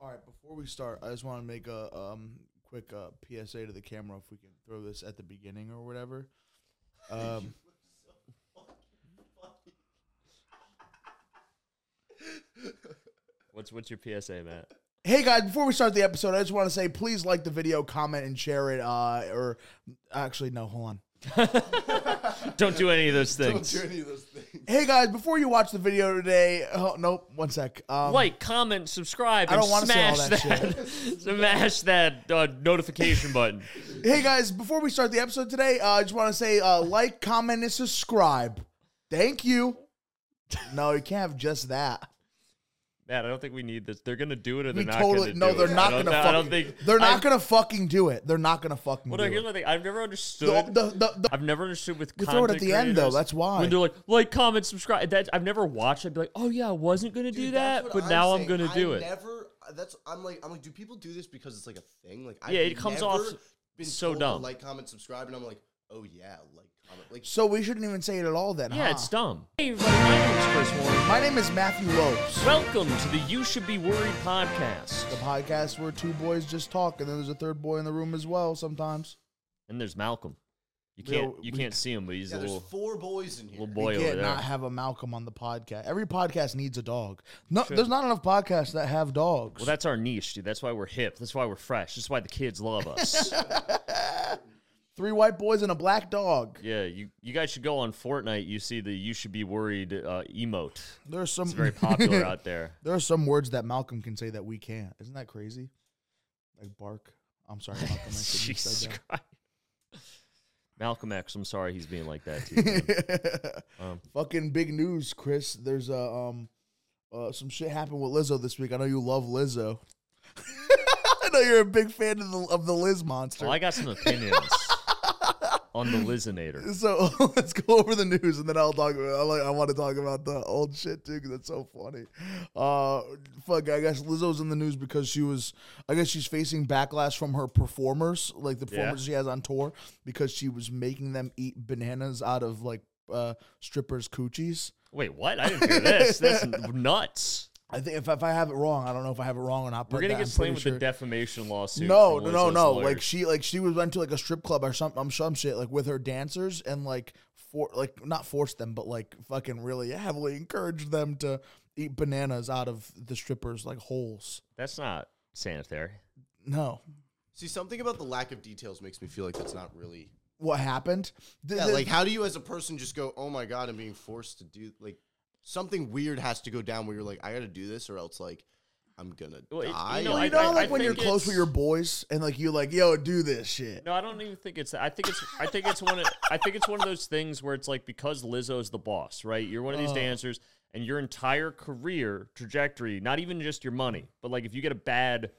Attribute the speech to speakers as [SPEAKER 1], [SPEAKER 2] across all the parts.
[SPEAKER 1] All right, before we start, I just want to make a um, quick uh, PSA to the camera if we can throw this at the beginning or whatever. Um,
[SPEAKER 2] What's what's your PSA, Matt?
[SPEAKER 1] hey guys, before we start the episode, I just want to say please like the video, comment, and share it. Uh, or actually, no, hold on.
[SPEAKER 2] Don't do any of those
[SPEAKER 3] Don't
[SPEAKER 2] things.
[SPEAKER 3] do any of those things.
[SPEAKER 1] Hey guys, before you watch the video today, oh, nope, one sec. Um,
[SPEAKER 2] like, comment, subscribe,
[SPEAKER 1] I
[SPEAKER 2] and
[SPEAKER 1] don't wanna see all
[SPEAKER 2] smash
[SPEAKER 1] that
[SPEAKER 2] that, smash that uh, notification button.
[SPEAKER 1] Hey guys, before we start the episode today, uh, I just want to say uh, like, comment, and subscribe. Thank you. No, you can't have just that.
[SPEAKER 2] Matt, I don't think we need this. They're gonna do it, or
[SPEAKER 1] We
[SPEAKER 2] they're not
[SPEAKER 1] totally
[SPEAKER 2] gonna.
[SPEAKER 1] no,
[SPEAKER 2] do
[SPEAKER 1] they're
[SPEAKER 2] it. I
[SPEAKER 1] not
[SPEAKER 2] don't-
[SPEAKER 1] gonna.
[SPEAKER 2] I
[SPEAKER 1] fucking,
[SPEAKER 2] don't think
[SPEAKER 1] they're not
[SPEAKER 2] I've-
[SPEAKER 1] gonna fucking do it. They're not gonna fucking
[SPEAKER 2] Well,
[SPEAKER 1] do
[SPEAKER 2] no, here's
[SPEAKER 1] it.
[SPEAKER 2] my thing. I've never understood.
[SPEAKER 1] The, the, the, the,
[SPEAKER 2] I've never understood with
[SPEAKER 1] We throw it at
[SPEAKER 2] content
[SPEAKER 1] the end, though,
[SPEAKER 2] creators,
[SPEAKER 1] that's why.
[SPEAKER 2] when they're like like comment subscribe that I've never watched I'd be like oh yeah I wasn't gonna do
[SPEAKER 3] Dude, that's
[SPEAKER 2] that
[SPEAKER 3] what
[SPEAKER 2] but now I'm
[SPEAKER 3] saying.
[SPEAKER 2] gonna
[SPEAKER 3] I
[SPEAKER 2] do it
[SPEAKER 3] Never. That's. I'm like. I'm like. Do people do this because it's like a thing? Like.
[SPEAKER 2] Yeah, it comes off
[SPEAKER 3] never been
[SPEAKER 2] so
[SPEAKER 3] told to
[SPEAKER 2] dumb.
[SPEAKER 3] Like, comment, subscribe, and I'm like, oh yeah, like, comment, like.
[SPEAKER 1] so we shouldn't even say it at all then.
[SPEAKER 2] yeah
[SPEAKER 1] huh?
[SPEAKER 2] it's dumb hey everybody my name is Chris Warren
[SPEAKER 1] My name is Matthew Lopes.
[SPEAKER 2] welcome to the You Should Be Worried podcast
[SPEAKER 1] The podcast where two boys just talk, and then there's a third boy in the room as well. Sometimes
[SPEAKER 2] and there's Malcolm you
[SPEAKER 1] Yeah,
[SPEAKER 2] can't you
[SPEAKER 1] we-
[SPEAKER 2] can't see him but he's
[SPEAKER 3] Yeah,
[SPEAKER 2] a
[SPEAKER 3] there's
[SPEAKER 2] little
[SPEAKER 3] four boys in here.
[SPEAKER 2] little
[SPEAKER 1] we
[SPEAKER 2] boy over
[SPEAKER 1] can't
[SPEAKER 2] there
[SPEAKER 1] not have a Malcolm on the podcast. Every podcast needs a dog. No,
[SPEAKER 2] Should.
[SPEAKER 1] there's not enough podcasts that have dogs.
[SPEAKER 2] well that's our niche dude that's why we're hip that's why we're fresh that's why the kids love us
[SPEAKER 1] Three white boys and a black dog.
[SPEAKER 2] yeah you you guys should go on Fortnite you see the You Should Be Worried uh, emote
[SPEAKER 1] There's some
[SPEAKER 2] it's very popular out there
[SPEAKER 1] There are some words that Malcolm can say that we can't. Isn't that crazy? Like bark. I'm sorry, Malcolm. I shouldn't have
[SPEAKER 2] Jesus
[SPEAKER 1] said
[SPEAKER 2] Christ. Malcolm X, I'm sorry he's being like that to you. man.
[SPEAKER 1] that.
[SPEAKER 2] Um,
[SPEAKER 1] Fucking big news, Chris. There's a um, uh, some shit happened with Lizzo this week. I know you love Lizzo. I know you're a big fan of the of the Liz monster.
[SPEAKER 2] well, I got some opinions on the Lizinator.
[SPEAKER 1] so let's go over the news and then I'll talk. About, I like I want to talk about the old shit too because that's so funny. Uh, fuck. I guess Lizzo's in the news because she was. I guess she's facing backlash from her performers, like the
[SPEAKER 2] Yeah.
[SPEAKER 1] performers she has on tour, because she was making them eat bananas out of like uh strippers' coochies.
[SPEAKER 2] Wait, what? I didn't hear this. That's nuts.
[SPEAKER 1] I think if, if I have it wrong, I don't know if I have it wrong or not. But
[SPEAKER 2] We're gonna
[SPEAKER 1] that-
[SPEAKER 2] get
[SPEAKER 1] I'm
[SPEAKER 2] slain
[SPEAKER 1] pretty
[SPEAKER 2] with
[SPEAKER 1] sure.
[SPEAKER 2] the defamation lawsuit.
[SPEAKER 1] No,
[SPEAKER 2] from
[SPEAKER 1] no, no,
[SPEAKER 2] Lizzo's
[SPEAKER 1] no.
[SPEAKER 2] lawyers.
[SPEAKER 1] Like she, like she was went to like a strip club or some, um, some shit, like with her dancers and like for, like not forced them, but like fucking really heavily encouraged them to eat bananas out of the strippers like holes.
[SPEAKER 2] that's not sanitary.
[SPEAKER 1] No,
[SPEAKER 3] See, something about the lack of details makes me feel like that's not really.
[SPEAKER 1] what happened? Th-
[SPEAKER 3] Yeah,
[SPEAKER 1] th-
[SPEAKER 3] like, how do you as a person just go, oh my god, I'm being forced to do like something weird has to go down where you're like, I got to do this or else like I'm gonna
[SPEAKER 2] Well, it- you
[SPEAKER 3] die.
[SPEAKER 2] know,
[SPEAKER 1] you
[SPEAKER 2] I-
[SPEAKER 1] know,
[SPEAKER 2] I-
[SPEAKER 1] how, like
[SPEAKER 2] I
[SPEAKER 1] when you're
[SPEAKER 2] think
[SPEAKER 1] close with
[SPEAKER 2] it's-
[SPEAKER 1] your boys and like you like, yo, do this shit.
[SPEAKER 2] No, I don't even think it's that. I think it's I think it's one of I think it's one of those things where it's like because Lizzo's the boss, right? You're one of these
[SPEAKER 1] Uh-huh.
[SPEAKER 2] dancers and your entire career trajectory, not even just your money, but like if you get a bad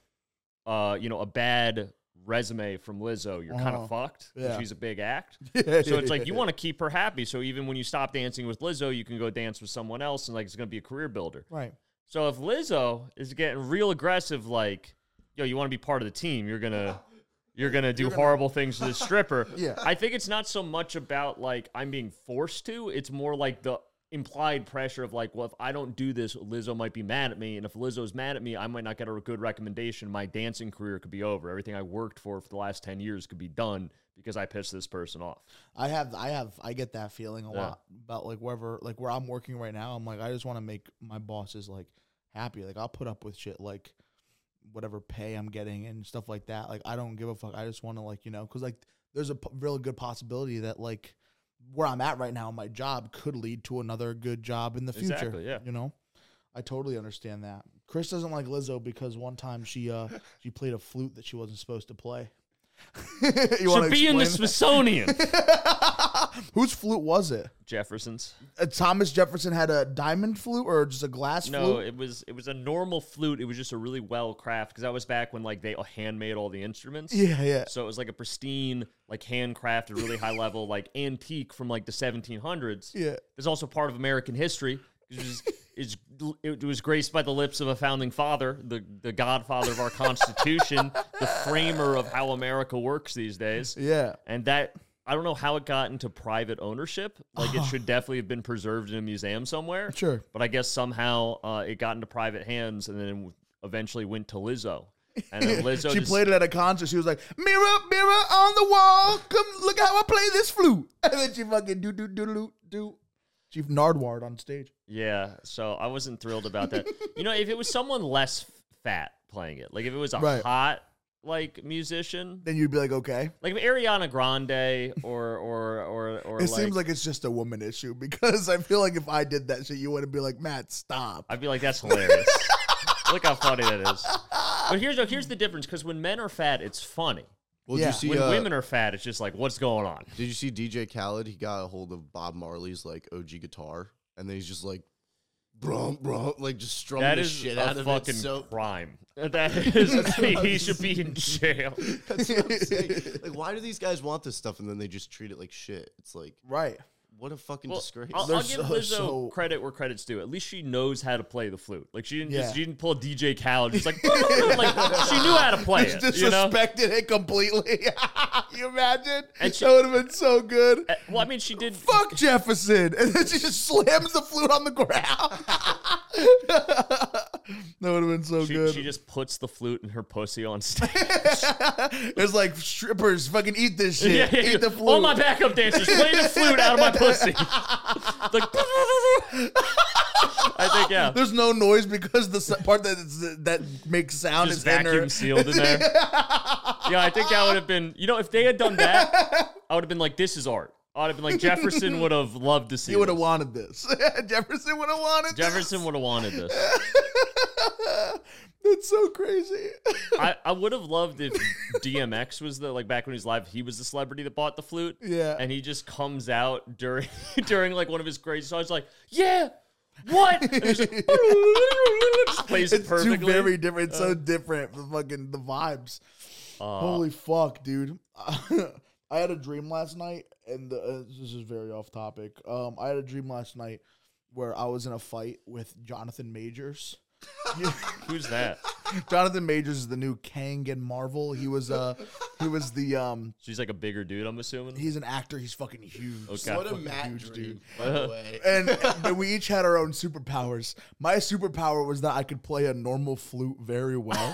[SPEAKER 2] uh, you know, a bad resume from Lizzo, you're kind
[SPEAKER 1] Uh-huh.
[SPEAKER 2] of fucked. 'cause
[SPEAKER 1] Yeah.
[SPEAKER 2] She's a big act. so it's like you want to keep her happy. So even when you stop dancing with Lizzo, you can go dance with someone else and like it's gonna be a career builder.
[SPEAKER 1] right.
[SPEAKER 2] So if Lizzo is getting real aggressive, like, yo, you want to be part of the team, you're gonna you're gonna do horrible things to the stripper.
[SPEAKER 1] Yeah.
[SPEAKER 2] I think it's not so much about like I'm being forced to, it's more like the implied pressure of like, well, if I don't do this, Lizzo might be mad at me. And if Lizzo's mad at me, I might not get a good recommendation. My dancing career could be over. Everything I worked for for the last 10 years could be done because I pissed this person off.
[SPEAKER 1] I have, I have, I get that feeling a
[SPEAKER 2] Yeah.
[SPEAKER 1] lot about like wherever, like where I'm working right now. I'm like, I just want to make my bosses like happy. Like I'll put up with shit like whatever pay I'm getting and stuff like that. Like I don't give a fuck. I just want to like you know, because like there's a p- real good possibility that like where I'm at right now, my job could lead to another good job in the future.
[SPEAKER 2] Exactly, yeah.
[SPEAKER 1] You know, I totally understand that. Chris doesn't like Lizzo because one time she uh she played a flute that she wasn't supposed to play. you wanna
[SPEAKER 2] Should be in
[SPEAKER 1] explain
[SPEAKER 2] the
[SPEAKER 1] that?
[SPEAKER 2] Smithsonian.
[SPEAKER 1] Whose flute was it?
[SPEAKER 2] Jefferson's.
[SPEAKER 1] Uh, Thomas Jefferson had a diamond flute or just a glass
[SPEAKER 2] No,
[SPEAKER 1] flute?
[SPEAKER 2] it was it was a normal flute. It was just a really well crafted because that was back when like they handmade all the instruments.
[SPEAKER 1] Yeah, yeah.
[SPEAKER 2] So it was like a pristine, like handcrafted, really high level, like antique from like the 1700s.
[SPEAKER 1] Yeah.
[SPEAKER 2] It's also part of American history. It was, it's, it was graced by the lips of a founding father, the, the godfather of our Constitution, the framer of how America works these days.
[SPEAKER 1] Yeah.
[SPEAKER 2] And that, I don't know how it got into private ownership. Like it should definitely have been preserved in a museum somewhere.
[SPEAKER 1] Sure.
[SPEAKER 2] But I guess somehow uh, it got into private hands, and then eventually went to Lizzo. And then Lizzo
[SPEAKER 1] she
[SPEAKER 2] just-
[SPEAKER 1] played it at a concert. She was like, "Mirror, mirror on the wall, come look how I play this flute." And then she fucking do do do do do. She Nardward on stage.
[SPEAKER 2] Yeah, so I wasn't thrilled about that. you know, if it was someone less f- fat playing it, like if it was a
[SPEAKER 1] Right.
[SPEAKER 2] hot like musician,
[SPEAKER 1] Then you'd be like, "Okay."
[SPEAKER 2] like if Ariana Grande or or or or
[SPEAKER 1] it seems like it's just a woman issue because I feel like if I did that shit, you would be like, "Matt, stop."
[SPEAKER 2] I'd be like, that's hilarious. Look how funny that is. But here's here's the difference because when men are fat, it's funny.
[SPEAKER 3] Well,
[SPEAKER 1] Yeah.
[SPEAKER 3] did you see?
[SPEAKER 2] When
[SPEAKER 3] uh,
[SPEAKER 2] women are fat, it's just like, what's going on?
[SPEAKER 3] did you see DJ Khaled? He got a hold of Bob Marley's like OG guitar, and then he's just like, brum brum, like just strumming
[SPEAKER 2] That
[SPEAKER 3] the
[SPEAKER 2] is
[SPEAKER 3] shit
[SPEAKER 2] a
[SPEAKER 3] out of it.
[SPEAKER 2] fucking
[SPEAKER 3] So
[SPEAKER 2] crime. That is, he should be in jail.
[SPEAKER 3] that's what I'm saying. Like, why do these guys want this stuff and then they just treat it like shit? It's like,
[SPEAKER 1] Right.
[SPEAKER 3] what a fucking
[SPEAKER 2] Well,
[SPEAKER 3] disgrace.
[SPEAKER 2] I'll,
[SPEAKER 1] They're
[SPEAKER 2] I'll give
[SPEAKER 1] so-
[SPEAKER 2] Lizzo
[SPEAKER 1] so-
[SPEAKER 2] credit where credit's due. At least she knows how to play the flute. Like she didn't
[SPEAKER 1] Yeah.
[SPEAKER 2] just she didn't pull DJ Khaled. She's like, like she knew how to play it. You know?
[SPEAKER 1] disrespected it completely. you imagine?
[SPEAKER 2] And she-
[SPEAKER 1] that would have been so good.
[SPEAKER 2] Uh, Well, I mean, she did.
[SPEAKER 1] Fuck Jefferson. And then she just slams the flute on the ground. that would have been so
[SPEAKER 2] She,
[SPEAKER 1] good.
[SPEAKER 2] she just puts the flute in her pussy on stage.
[SPEAKER 1] It's like strippers fucking eat this shit.
[SPEAKER 2] Yeah, yeah,
[SPEAKER 1] eat
[SPEAKER 2] yeah.
[SPEAKER 1] the flute.
[SPEAKER 2] All my backup dancers play the flute out of my pussy. like, I think yeah.
[SPEAKER 1] There's no noise because the s- part that is, that makes sound
[SPEAKER 2] Just
[SPEAKER 1] is in her.
[SPEAKER 2] vacuum sealed in there. Yeah, I think that would have been. You know, if they had done that, I would have been like, "This is art." I would have been like, Jefferson would have loved to see.
[SPEAKER 1] He would have
[SPEAKER 2] this.
[SPEAKER 1] wanted this. Jefferson would have wanted
[SPEAKER 2] Jefferson would have wanted this.
[SPEAKER 1] this. That's so crazy.
[SPEAKER 2] I, I would have loved if DMX was the like back when he was live. He was the celebrity that bought the flute.
[SPEAKER 1] Yeah.
[SPEAKER 2] and he just comes out during during like one of his crazy songs, like, "Yeah, what?" And he's like, just plays it
[SPEAKER 1] it's
[SPEAKER 2] perfectly.
[SPEAKER 1] too very different. It's so different. The fucking the vibes.
[SPEAKER 2] Uh,
[SPEAKER 1] Holy fuck, dude! I had a dream last night, and the, uh, this is very off topic. Um, I had a dream last night where I was in a fight with Jonathan Majors.
[SPEAKER 2] who's that?
[SPEAKER 1] Jonathan Majors is the new Kang in Marvel. He was uh, he was the um,
[SPEAKER 2] She's like a bigger dude. I'm assuming.
[SPEAKER 1] he's an actor. He's fucking huge.
[SPEAKER 2] Okay.
[SPEAKER 3] what a
[SPEAKER 1] fucking
[SPEAKER 3] mad
[SPEAKER 1] huge,
[SPEAKER 3] dream,
[SPEAKER 1] dude.
[SPEAKER 3] by the way.
[SPEAKER 1] and, and we each had our own superpowers. My superpower was that I could play a normal flute very well.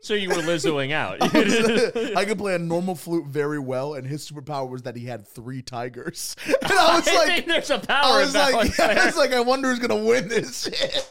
[SPEAKER 2] so you were Lizzoing out.
[SPEAKER 1] I could play a normal flute very well, and his superpower was that he had three tigers. And I was
[SPEAKER 2] I think
[SPEAKER 1] like,
[SPEAKER 2] there's a
[SPEAKER 1] I
[SPEAKER 2] power
[SPEAKER 1] was like,
[SPEAKER 2] imbalance
[SPEAKER 1] yeah, I
[SPEAKER 2] there.
[SPEAKER 1] was like, I wonder who's gonna win this shit.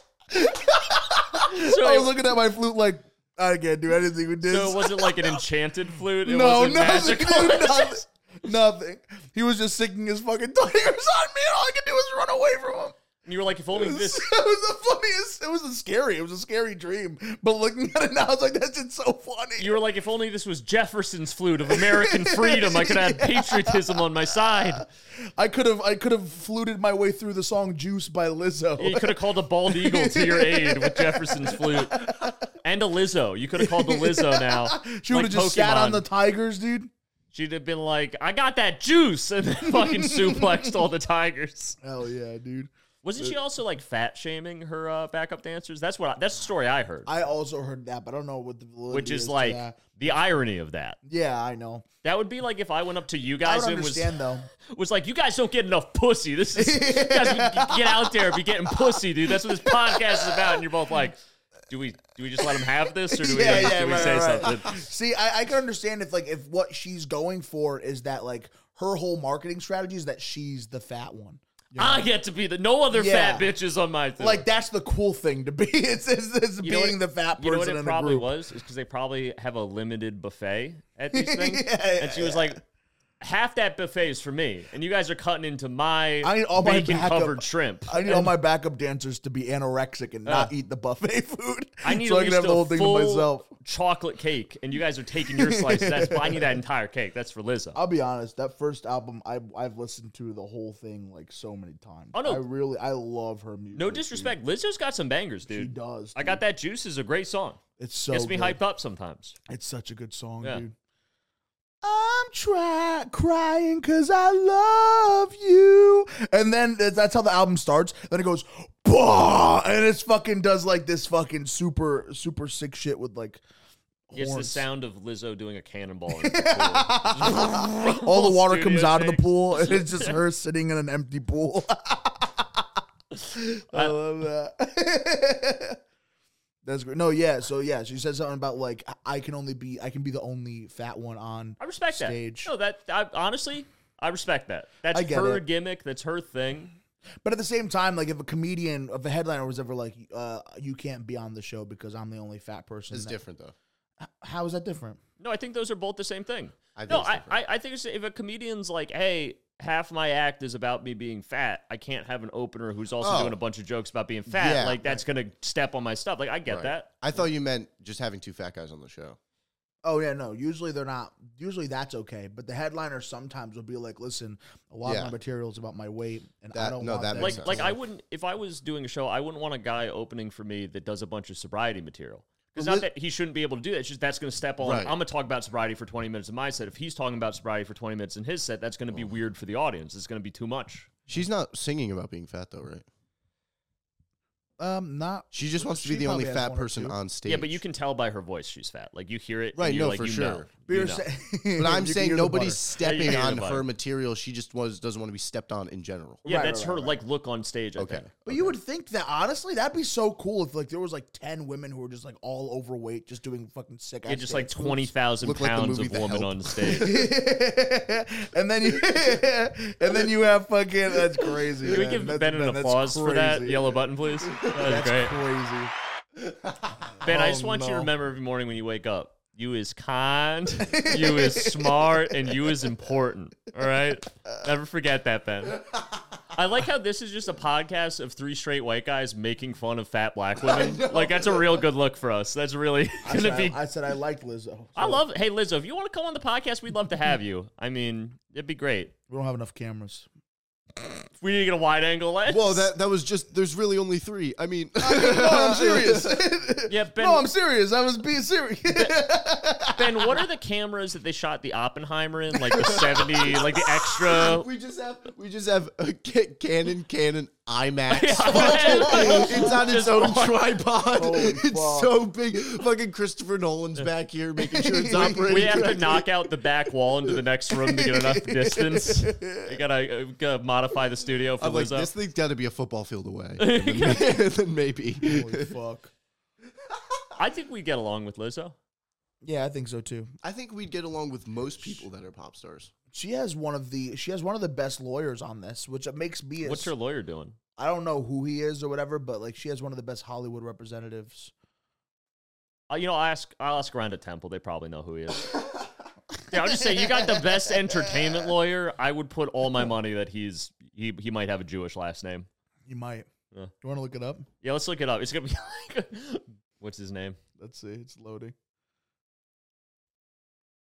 [SPEAKER 2] so,
[SPEAKER 1] I
[SPEAKER 2] it-
[SPEAKER 1] was looking at my flute like, I can't do anything with this.
[SPEAKER 2] so it wasn't like an enchanted flute. It
[SPEAKER 1] no,
[SPEAKER 2] wasn't
[SPEAKER 1] nothing,
[SPEAKER 2] magical.
[SPEAKER 1] dude, nothing, nothing. He was just sinking his fucking tigers on me, and all I could do was run away from him.
[SPEAKER 2] And you were like, if only
[SPEAKER 1] It was,
[SPEAKER 2] this.
[SPEAKER 1] it was the funniest. It was a scary. It was a scary dream. But looking at it now, I was like, "That's just so funny."
[SPEAKER 2] You were like, if only this was Jefferson's flute of American freedom, I could have patriotism on my side.
[SPEAKER 1] I could have I could have fluted my way through the song Juice by Lizzo.
[SPEAKER 2] You could have called a bald eagle to your aid with Jefferson's flute. And a Lizzo. You could have called the Lizzo now.
[SPEAKER 1] she would
[SPEAKER 2] like
[SPEAKER 1] have just sat on
[SPEAKER 2] Pokemon.
[SPEAKER 1] the Tigers, dude.
[SPEAKER 2] She'd have been like, I got that juice, and then fucking suplexed all the Tigers.
[SPEAKER 1] Hell yeah, dude.
[SPEAKER 2] Wasn't she also like fat shaming her uh, backup dancers? That's what I, that's the story I heard,
[SPEAKER 1] I also heard that, but I don't know what the validity
[SPEAKER 2] which
[SPEAKER 1] is
[SPEAKER 2] is
[SPEAKER 1] to
[SPEAKER 2] like
[SPEAKER 1] that.
[SPEAKER 2] the irony of that.
[SPEAKER 1] Yeah, I know.
[SPEAKER 2] That would be like if I went up to you
[SPEAKER 1] I
[SPEAKER 2] guys
[SPEAKER 1] don't
[SPEAKER 2] and was
[SPEAKER 1] understand though.
[SPEAKER 2] was like, you guys don't get enough pussy. This is you guys need to get out there and be getting pussy, dude. That's what this podcast is about. And you're both like, do we do we just let him have this or do we,
[SPEAKER 1] Yeah,
[SPEAKER 2] do
[SPEAKER 1] yeah,
[SPEAKER 2] we
[SPEAKER 1] right,
[SPEAKER 2] say
[SPEAKER 1] right, right.
[SPEAKER 2] something?
[SPEAKER 1] See, I, I can understand if like if what she's going for is that like her whole marketing strategy is that she's the fat one. You know?
[SPEAKER 2] I get to be the no other
[SPEAKER 1] Yeah.
[SPEAKER 2] fat bitches on my thing.
[SPEAKER 1] like that's the cool thing to be. It's, it's, it's
[SPEAKER 2] know what
[SPEAKER 1] being
[SPEAKER 2] it-
[SPEAKER 1] the fat person
[SPEAKER 2] you know what it
[SPEAKER 1] in a
[SPEAKER 2] probably
[SPEAKER 1] group.
[SPEAKER 2] was is because they probably have a limited buffet at these things,
[SPEAKER 1] Yeah, yeah,
[SPEAKER 2] and she was like. Half that buffet is for me, and you guys are cutting into my
[SPEAKER 1] I need all my
[SPEAKER 2] bacon
[SPEAKER 1] backup-
[SPEAKER 2] covered shrimp.
[SPEAKER 1] I need all my backup dancers to be anorexic and not eat the buffet food.
[SPEAKER 2] Uh. I need
[SPEAKER 1] so
[SPEAKER 2] at
[SPEAKER 1] I can
[SPEAKER 2] least
[SPEAKER 1] have the
[SPEAKER 2] a
[SPEAKER 1] whole thing to
[SPEAKER 2] full
[SPEAKER 1] myself.
[SPEAKER 2] chocolate cake, and you guys are taking your slice. That's I need that entire cake. That's for Lizzo.
[SPEAKER 1] I'll be honest. That first album, I I've listened to the whole thing like so many times.
[SPEAKER 2] Oh, no.
[SPEAKER 1] I really I love her music.
[SPEAKER 2] No
[SPEAKER 1] dude.
[SPEAKER 2] disrespect, Lizzo's got some bangers, dude.
[SPEAKER 1] She does.
[SPEAKER 2] I got that juice is a great song.
[SPEAKER 1] dude. It's so
[SPEAKER 2] Gets me
[SPEAKER 1] good.
[SPEAKER 2] hyped up sometimes.
[SPEAKER 1] It's such a good song,
[SPEAKER 2] Yeah.
[SPEAKER 1] dude. I'm try crying cause I love you, and then th- that's how the album starts. Then it goes, bah! and it's fucking does like this fucking super super sick shit with like
[SPEAKER 2] It's the
[SPEAKER 1] horns.
[SPEAKER 2] sound of Lizzo doing a cannonball. In the pool.
[SPEAKER 1] All the water
[SPEAKER 2] Studio
[SPEAKER 1] comes out of the
[SPEAKER 2] shakes.
[SPEAKER 1] pool, and it's just her sitting in an empty pool. I love that. That's great. No, yeah. So yeah, she said something about like I- I can only be I can be the only fat one on.
[SPEAKER 2] I respect
[SPEAKER 1] Stage.
[SPEAKER 2] that. No, that I, honestly, I respect that. That's
[SPEAKER 1] I get
[SPEAKER 2] her
[SPEAKER 1] it.
[SPEAKER 2] gimmick. That's her thing.
[SPEAKER 1] But at the same time, like if a comedian, if a headliner was ever like, uh, you can't be on the show because I'm the only fat person.
[SPEAKER 3] It's
[SPEAKER 1] that-
[SPEAKER 3] different though.
[SPEAKER 1] How is that different?
[SPEAKER 2] No, I think those are both the same thing.
[SPEAKER 3] I think
[SPEAKER 2] no,
[SPEAKER 3] it's
[SPEAKER 2] I,
[SPEAKER 3] different.
[SPEAKER 2] I, I think it's, if a comedian's like, hey, half my act is about me being fat, I can't have an opener who's also
[SPEAKER 3] Oh.
[SPEAKER 2] doing a bunch of jokes about being fat.
[SPEAKER 3] Yeah,
[SPEAKER 2] like, that's going to step on my stuff. Like, I get
[SPEAKER 3] Right.
[SPEAKER 2] that.
[SPEAKER 3] I thought you meant just having two fat guys on the show.
[SPEAKER 1] Oh yeah, no. Usually they're not. Usually that's okay. But the headliner sometimes will be like, listen, a lot
[SPEAKER 3] Yeah.
[SPEAKER 1] of my material is about my weight, and I
[SPEAKER 3] That-
[SPEAKER 1] don't
[SPEAKER 3] no,
[SPEAKER 1] want
[SPEAKER 3] that
[SPEAKER 1] that
[SPEAKER 3] makes
[SPEAKER 2] like
[SPEAKER 1] to
[SPEAKER 3] sense.
[SPEAKER 2] like
[SPEAKER 1] be
[SPEAKER 2] I wouldn't if I was doing a show, I wouldn't want a guy opening for me that does a bunch of sobriety material. Because
[SPEAKER 3] But
[SPEAKER 2] not
[SPEAKER 3] li-
[SPEAKER 2] that he shouldn't be able to do that. It's just that's going to step on.
[SPEAKER 3] Right.
[SPEAKER 2] I'm going to talk about sobriety for 20 minutes in my set. If he's talking about sobriety for 20 minutes in his set, that's going to be weird for the audience. It's going to be too much.
[SPEAKER 3] She's not singing about being fat though, right?
[SPEAKER 1] um not.
[SPEAKER 3] She just wants to be
[SPEAKER 1] She
[SPEAKER 3] the
[SPEAKER 1] probably
[SPEAKER 3] only
[SPEAKER 1] has
[SPEAKER 3] fat
[SPEAKER 1] one or
[SPEAKER 3] person
[SPEAKER 1] two.
[SPEAKER 3] on stage.
[SPEAKER 2] Yeah, but you can tell by her voice she's fat. Like you hear it,
[SPEAKER 3] Right,
[SPEAKER 2] And you're
[SPEAKER 3] no,
[SPEAKER 2] like,
[SPEAKER 3] for
[SPEAKER 2] you
[SPEAKER 3] sure.
[SPEAKER 2] Know,
[SPEAKER 1] But,
[SPEAKER 2] you
[SPEAKER 1] you're
[SPEAKER 2] know.
[SPEAKER 1] saying,
[SPEAKER 3] But I'm
[SPEAKER 1] you can
[SPEAKER 3] saying
[SPEAKER 1] hear the
[SPEAKER 3] nobody's
[SPEAKER 1] butter.
[SPEAKER 3] stepping
[SPEAKER 2] Yeah, yeah,
[SPEAKER 3] on
[SPEAKER 2] yeah,
[SPEAKER 3] her
[SPEAKER 2] but-
[SPEAKER 3] material. She just was doesn't want to be stepped on in general.
[SPEAKER 2] yeah,
[SPEAKER 1] Right,
[SPEAKER 2] that's
[SPEAKER 1] right,
[SPEAKER 2] her
[SPEAKER 1] right,
[SPEAKER 2] like look on stage. I
[SPEAKER 3] Okay.
[SPEAKER 2] think.
[SPEAKER 1] But you would think that honestly, that'd be so cool if like there was like ten women who were just like all overweight, just doing fucking sick.
[SPEAKER 2] Yeah,
[SPEAKER 1] ass
[SPEAKER 2] just like
[SPEAKER 1] dance
[SPEAKER 2] twenty
[SPEAKER 1] moves.
[SPEAKER 2] thousand
[SPEAKER 3] Look like the
[SPEAKER 2] pounds
[SPEAKER 3] movie
[SPEAKER 2] of
[SPEAKER 3] The
[SPEAKER 2] woman
[SPEAKER 3] Help.
[SPEAKER 2] on stage.
[SPEAKER 1] and then you, and then you have fucking. That's crazy.
[SPEAKER 2] Can we
[SPEAKER 1] man.
[SPEAKER 2] give
[SPEAKER 1] That's-
[SPEAKER 2] Ben an
[SPEAKER 1] man, that's
[SPEAKER 2] applause for that
[SPEAKER 1] crazy.
[SPEAKER 2] yellow button, please? That was
[SPEAKER 1] That's
[SPEAKER 2] great.
[SPEAKER 1] crazy.
[SPEAKER 2] Ben, I
[SPEAKER 1] Oh,
[SPEAKER 2] just want you to
[SPEAKER 1] no.
[SPEAKER 2] remember every morning when you wake up, you is kind, you is smart, and you is important. All right? Never forget that, Ben. I like how this is just a podcast of three straight white guys making fun of fat black women. Like that's a real good look for us. That's really
[SPEAKER 1] I
[SPEAKER 2] gonna
[SPEAKER 1] said,
[SPEAKER 2] be.
[SPEAKER 1] I, I said I liked Lizzo.
[SPEAKER 2] I love. Hey, Lizzo, if you want to come on the podcast, we'd love to have you. I mean, it'd be great.
[SPEAKER 1] We don't have enough cameras.
[SPEAKER 2] We need to get a wide angle lens.
[SPEAKER 3] Well, that that was just. There's really only three. I mean,
[SPEAKER 1] No,
[SPEAKER 3] Oh,
[SPEAKER 1] I'm serious.
[SPEAKER 2] Yeah, Ben.
[SPEAKER 1] no, Oh, I'm serious. I was being serious.
[SPEAKER 2] ben, what are the cameras that they shot the Oppenheimer in, like the seventy, like the extra?
[SPEAKER 3] we just have we just have a ca- Canon Canon IMAX.
[SPEAKER 2] Yeah.
[SPEAKER 3] fucking- it's on its
[SPEAKER 2] Just
[SPEAKER 3] own
[SPEAKER 2] on.
[SPEAKER 3] tripod.
[SPEAKER 1] Holy
[SPEAKER 3] it's
[SPEAKER 1] fuck.
[SPEAKER 3] so big. Fucking Christopher Nolan's back here making sure it's operating.
[SPEAKER 2] we have to
[SPEAKER 3] correctly.
[SPEAKER 2] knock out the back wall into the next room to get enough distance. We gotta, uh, we gotta modify the studio for
[SPEAKER 3] I'm like,
[SPEAKER 2] Lizzo.
[SPEAKER 3] this thing's got to be a football field away. And then, then maybe.
[SPEAKER 1] Holy fuck.
[SPEAKER 2] I think we get along with Lizzo.
[SPEAKER 1] Yeah, I think so too.
[SPEAKER 3] I think we'd get along with most people that are pop stars.
[SPEAKER 1] She has one of the she has one of the best lawyers on this, which makes me.
[SPEAKER 2] What's her lawyer doing?
[SPEAKER 1] I don't know who he is or whatever, but like she has one of the best Hollywood representatives.
[SPEAKER 2] Uh, you know, I'll ask. I'll ask around at Temple. They probably know who he is. yeah, I'm just saying, you got the best entertainment lawyer. I would put all my money that he's he he might have a Jewish last name.
[SPEAKER 1] You might.
[SPEAKER 2] Yeah.
[SPEAKER 1] You want to look it up?
[SPEAKER 2] Yeah, let's look it up. It's gonna be like, what's his name?
[SPEAKER 1] Let's see. It's loading.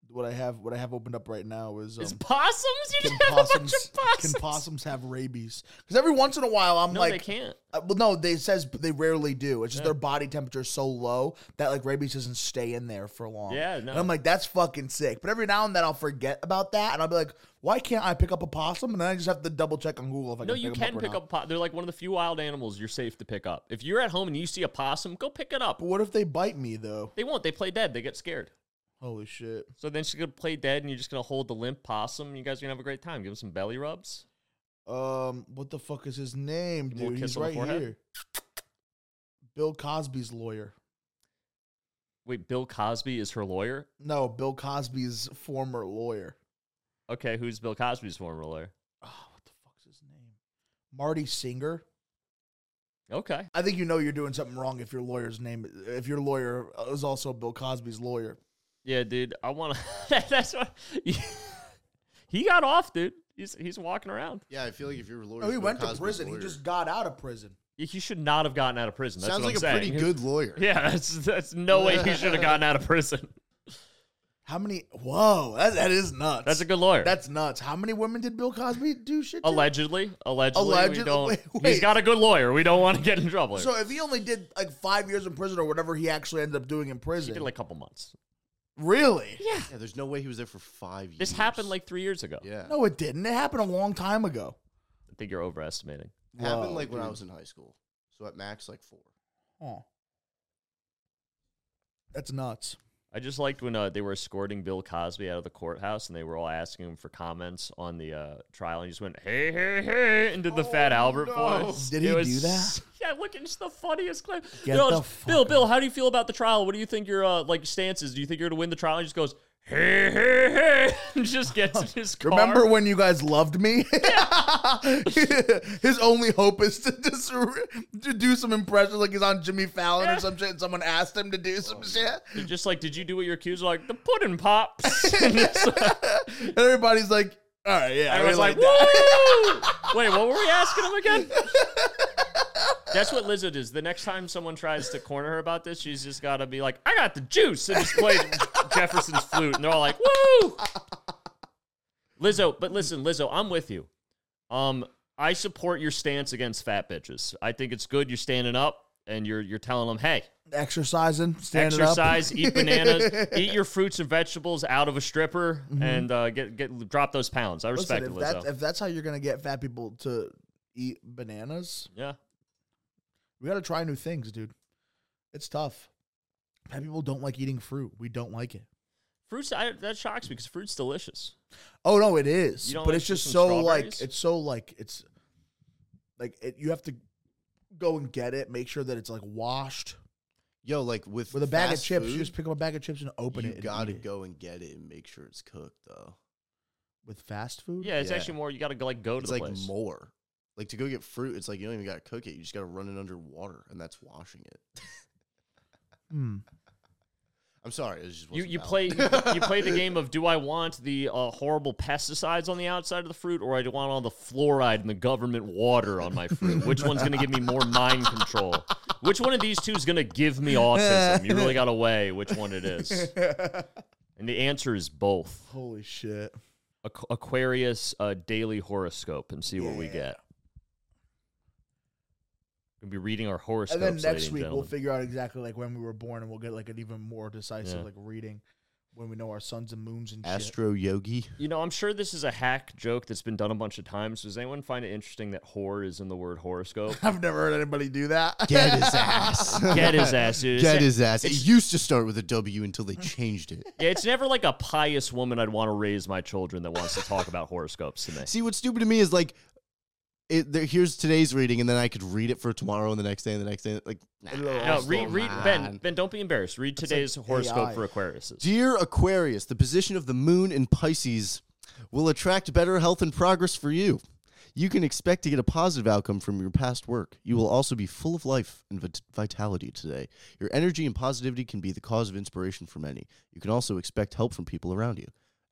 [SPEAKER 1] What I have, what I have opened up right now is. Um,
[SPEAKER 2] Is possums? You
[SPEAKER 1] can
[SPEAKER 2] just have a bunch
[SPEAKER 1] possums,
[SPEAKER 2] of possums.
[SPEAKER 1] can possums have rabies? Because every once in a while, I'm
[SPEAKER 2] No,
[SPEAKER 1] like,
[SPEAKER 2] they can't.
[SPEAKER 1] Uh, well, no, they it says they rarely do. It's just
[SPEAKER 2] Yeah.
[SPEAKER 1] their body temperature is so low that like rabies doesn't stay in there for long.
[SPEAKER 2] Yeah, no.
[SPEAKER 1] And I'm like, that's fucking sick. But every now and then I'll forget about that, and I'll be like, why can't I pick up a possum? And then I just have to double check on Google if I
[SPEAKER 2] No,
[SPEAKER 1] can
[SPEAKER 2] you
[SPEAKER 1] pick 'em up
[SPEAKER 2] can
[SPEAKER 1] or
[SPEAKER 2] pick
[SPEAKER 1] not.
[SPEAKER 2] up. Po- they're like one of the few wild animals you're safe to pick up. If you're at home and you see a possum, go pick it up.
[SPEAKER 1] But what if they bite me though?
[SPEAKER 2] They won't. They play dead. They get scared.
[SPEAKER 1] Holy shit!
[SPEAKER 2] So then she's gonna play dead, and you're just gonna hold the limp possum. And you guys are gonna have a great time. Give him some belly rubs.
[SPEAKER 1] Um, what the fuck is his name,
[SPEAKER 2] Give him a
[SPEAKER 1] dude?
[SPEAKER 2] kiss
[SPEAKER 1] He's
[SPEAKER 2] on the
[SPEAKER 1] right
[SPEAKER 2] forehead?
[SPEAKER 1] here. Bill Cosby's lawyer.
[SPEAKER 2] Wait, Bill Cosby is her lawyer.
[SPEAKER 1] No, Bill Cosby's former lawyer.
[SPEAKER 2] Okay, who's Bill Cosby's former lawyer?
[SPEAKER 1] Oh, what the fuck's his name? Marty Singer.
[SPEAKER 2] Okay,
[SPEAKER 1] I think you know you're doing something wrong if your lawyer's name, if your lawyer is also Bill Cosby's lawyer.
[SPEAKER 2] yeah, dude. I want to. That's what. he got off, dude. He's he's walking around.
[SPEAKER 3] Yeah, I feel like if you're a lawyer,
[SPEAKER 1] No, Oh, he
[SPEAKER 3] Bill
[SPEAKER 1] went to
[SPEAKER 3] Cosby's
[SPEAKER 1] prison.
[SPEAKER 3] lawyer.
[SPEAKER 1] He just got out of prison.
[SPEAKER 2] He should not have gotten out of prison. That's
[SPEAKER 3] sounds
[SPEAKER 2] what
[SPEAKER 3] like
[SPEAKER 2] I'm
[SPEAKER 3] a
[SPEAKER 2] saying.
[SPEAKER 3] pretty good lawyer.
[SPEAKER 2] Yeah, that's that's no way he should have gotten out of prison.
[SPEAKER 1] How many? Whoa, that, that is nuts.
[SPEAKER 2] That's a good lawyer.
[SPEAKER 1] That's nuts. How many women did Bill Cosby do shit? To?
[SPEAKER 2] Allegedly, allegedly, we
[SPEAKER 1] Alleged-
[SPEAKER 2] don't.
[SPEAKER 1] wait,
[SPEAKER 2] He's
[SPEAKER 1] wait.
[SPEAKER 2] got a good lawyer. We don't want to get in trouble.
[SPEAKER 1] So if he only did like five years in prison or whatever he actually ended up doing in
[SPEAKER 2] he
[SPEAKER 1] prison,
[SPEAKER 2] did like a couple months.
[SPEAKER 1] really?
[SPEAKER 3] Yeah, there's no way he was there for five years.
[SPEAKER 2] This happened like three years ago.
[SPEAKER 3] yeah,
[SPEAKER 1] No, it didn't. It happened a long time ago.
[SPEAKER 2] I think you're overestimating.
[SPEAKER 3] it happened
[SPEAKER 1] Whoa,
[SPEAKER 3] like when I
[SPEAKER 1] dude.
[SPEAKER 3] was in high school. So at max, like four.
[SPEAKER 1] Huh. That's nuts.
[SPEAKER 2] I I just liked when uh, they were escorting Bill Cosby out of the courthouse and they were all asking him for comments on the uh, trial, and he just went hey hey hey and did the Fat Albert
[SPEAKER 3] no.
[SPEAKER 2] voice.
[SPEAKER 1] Did
[SPEAKER 2] It
[SPEAKER 1] he
[SPEAKER 2] was
[SPEAKER 1] do that?
[SPEAKER 2] s- Yeah, look, it's the funniest clip.
[SPEAKER 1] Get
[SPEAKER 2] Bill,
[SPEAKER 1] the
[SPEAKER 2] just, Bill,
[SPEAKER 1] fuck
[SPEAKER 2] Bill, how do you feel about the trial? What do you think your uh, like stance is? Do you think you're going to win the trial? He just goes hey hey hey and just gets in his car.
[SPEAKER 1] Remember when you guys loved me? His only hope is to just re- to do some impressions like he's on Jimmy Fallon
[SPEAKER 2] Yeah. Oh,
[SPEAKER 1] or some shit. and Someone asked him to do some shit.
[SPEAKER 2] They're just like, did you do what your accusers like? The pudding pops. And it's like-
[SPEAKER 1] And everybody's like, all right, yeah.
[SPEAKER 2] I was like,
[SPEAKER 1] relate that."
[SPEAKER 2] woo! Wait, what were we asking him again? That's what Lizzo does. The next time someone tries to corner her about this, she's just got to be like, I got the juice, and just play Jefferson's flute. And they're all like, woo! Lizzo, but listen, Lizzo, I'm with you. Um, I support your stance against fat bitches. I think it's good you're standing up and you're you're telling them, hey,
[SPEAKER 1] exercising, standing
[SPEAKER 2] exercise,
[SPEAKER 1] up.
[SPEAKER 2] eat bananas, eat your fruits and vegetables out of a stripper, and uh, get get drop those pounds. I respect
[SPEAKER 1] Mm-hmm. Listen,
[SPEAKER 2] it,
[SPEAKER 1] if,
[SPEAKER 2] Lizzo.
[SPEAKER 1] that, if that's how you're gonna get fat people to eat bananas,
[SPEAKER 2] yeah.
[SPEAKER 1] we gotta try new things, dude. It's tough. Fat people don't like eating fruit. We don't like it.
[SPEAKER 2] Fruits I, that shocks me because fruit's delicious.
[SPEAKER 1] Oh no, it is.
[SPEAKER 2] You don't
[SPEAKER 1] But
[SPEAKER 2] like
[SPEAKER 1] it's just
[SPEAKER 2] some
[SPEAKER 1] so
[SPEAKER 2] strawberries?
[SPEAKER 1] like it's so like it's like it, you have to go and get it. Make sure that it's like washed
[SPEAKER 3] Yo, like with
[SPEAKER 1] with a bag of
[SPEAKER 3] fast
[SPEAKER 1] chips. You
[SPEAKER 3] food,
[SPEAKER 1] just pick up a bag of chips and open
[SPEAKER 3] you
[SPEAKER 1] it. and
[SPEAKER 3] gotta
[SPEAKER 1] eat it.
[SPEAKER 3] go and get it and make sure it's cooked though.
[SPEAKER 1] with fast food.
[SPEAKER 2] Yeah, it's
[SPEAKER 3] Yeah.
[SPEAKER 2] actually more. You got to like go to
[SPEAKER 3] It's
[SPEAKER 2] the
[SPEAKER 3] like
[SPEAKER 2] place.
[SPEAKER 3] more. Like to go get fruit, it's like you don't even gotta cook it. You just gotta run it under water, and that's washing it.
[SPEAKER 1] Hmm.
[SPEAKER 3] I'm sorry, it was just
[SPEAKER 2] You you
[SPEAKER 3] wasn't valid.
[SPEAKER 2] play you play the game of do I want the uh, horrible pesticides on the outside of the fruit or I do want all the fluoride and the government water on my fruit? Which one's going to give me more mind control? Which one of these two is going to give me autism? You really got to weigh which one it is. And the answer is both.
[SPEAKER 1] Holy shit.
[SPEAKER 2] Aqu- Aquarius uh, daily horoscope and see what we
[SPEAKER 1] Yeah.
[SPEAKER 2] get. We'll be reading our horoscopes.
[SPEAKER 1] and then next
[SPEAKER 2] ladies and
[SPEAKER 1] week we'll
[SPEAKER 2] gentlemen.
[SPEAKER 1] figure out exactly like when we were born, and we'll get like an even more decisive
[SPEAKER 2] Yeah.
[SPEAKER 1] like reading when we know our suns and moons and shit.
[SPEAKER 3] Astro Yogi.
[SPEAKER 2] You know, I'm sure this is a hack joke that's been done a bunch of times. Does anyone find it interesting that whore is in the word horoscope?
[SPEAKER 1] I've never heard anybody do that.
[SPEAKER 3] Get his ass.
[SPEAKER 2] Get his ass, dude.
[SPEAKER 3] Get
[SPEAKER 2] It's-
[SPEAKER 3] his ass. It used to start with a W until they changed it.
[SPEAKER 2] Yeah, it's never like a pious woman I'd want to raise my children that wants to talk about horoscopes to me.
[SPEAKER 3] See, what's stupid to me is like, it, there, here's today's reading, and then I could read it for tomorrow and the next day and the next day. Like, nah.
[SPEAKER 2] No, read,
[SPEAKER 3] come
[SPEAKER 2] read,
[SPEAKER 3] on.
[SPEAKER 2] Ben, Ben, don't be embarrassed. Read today's horoscope
[SPEAKER 1] AI.
[SPEAKER 2] for Aquariuses.
[SPEAKER 3] Dear Aquarius, the position of the moon in Pisces will attract better health and progress for you. You can expect to get a positive outcome from your past work. You will also be full of life and vit- vitality today. Your energy and positivity can be the cause of inspiration for many. You can also expect help from people around you.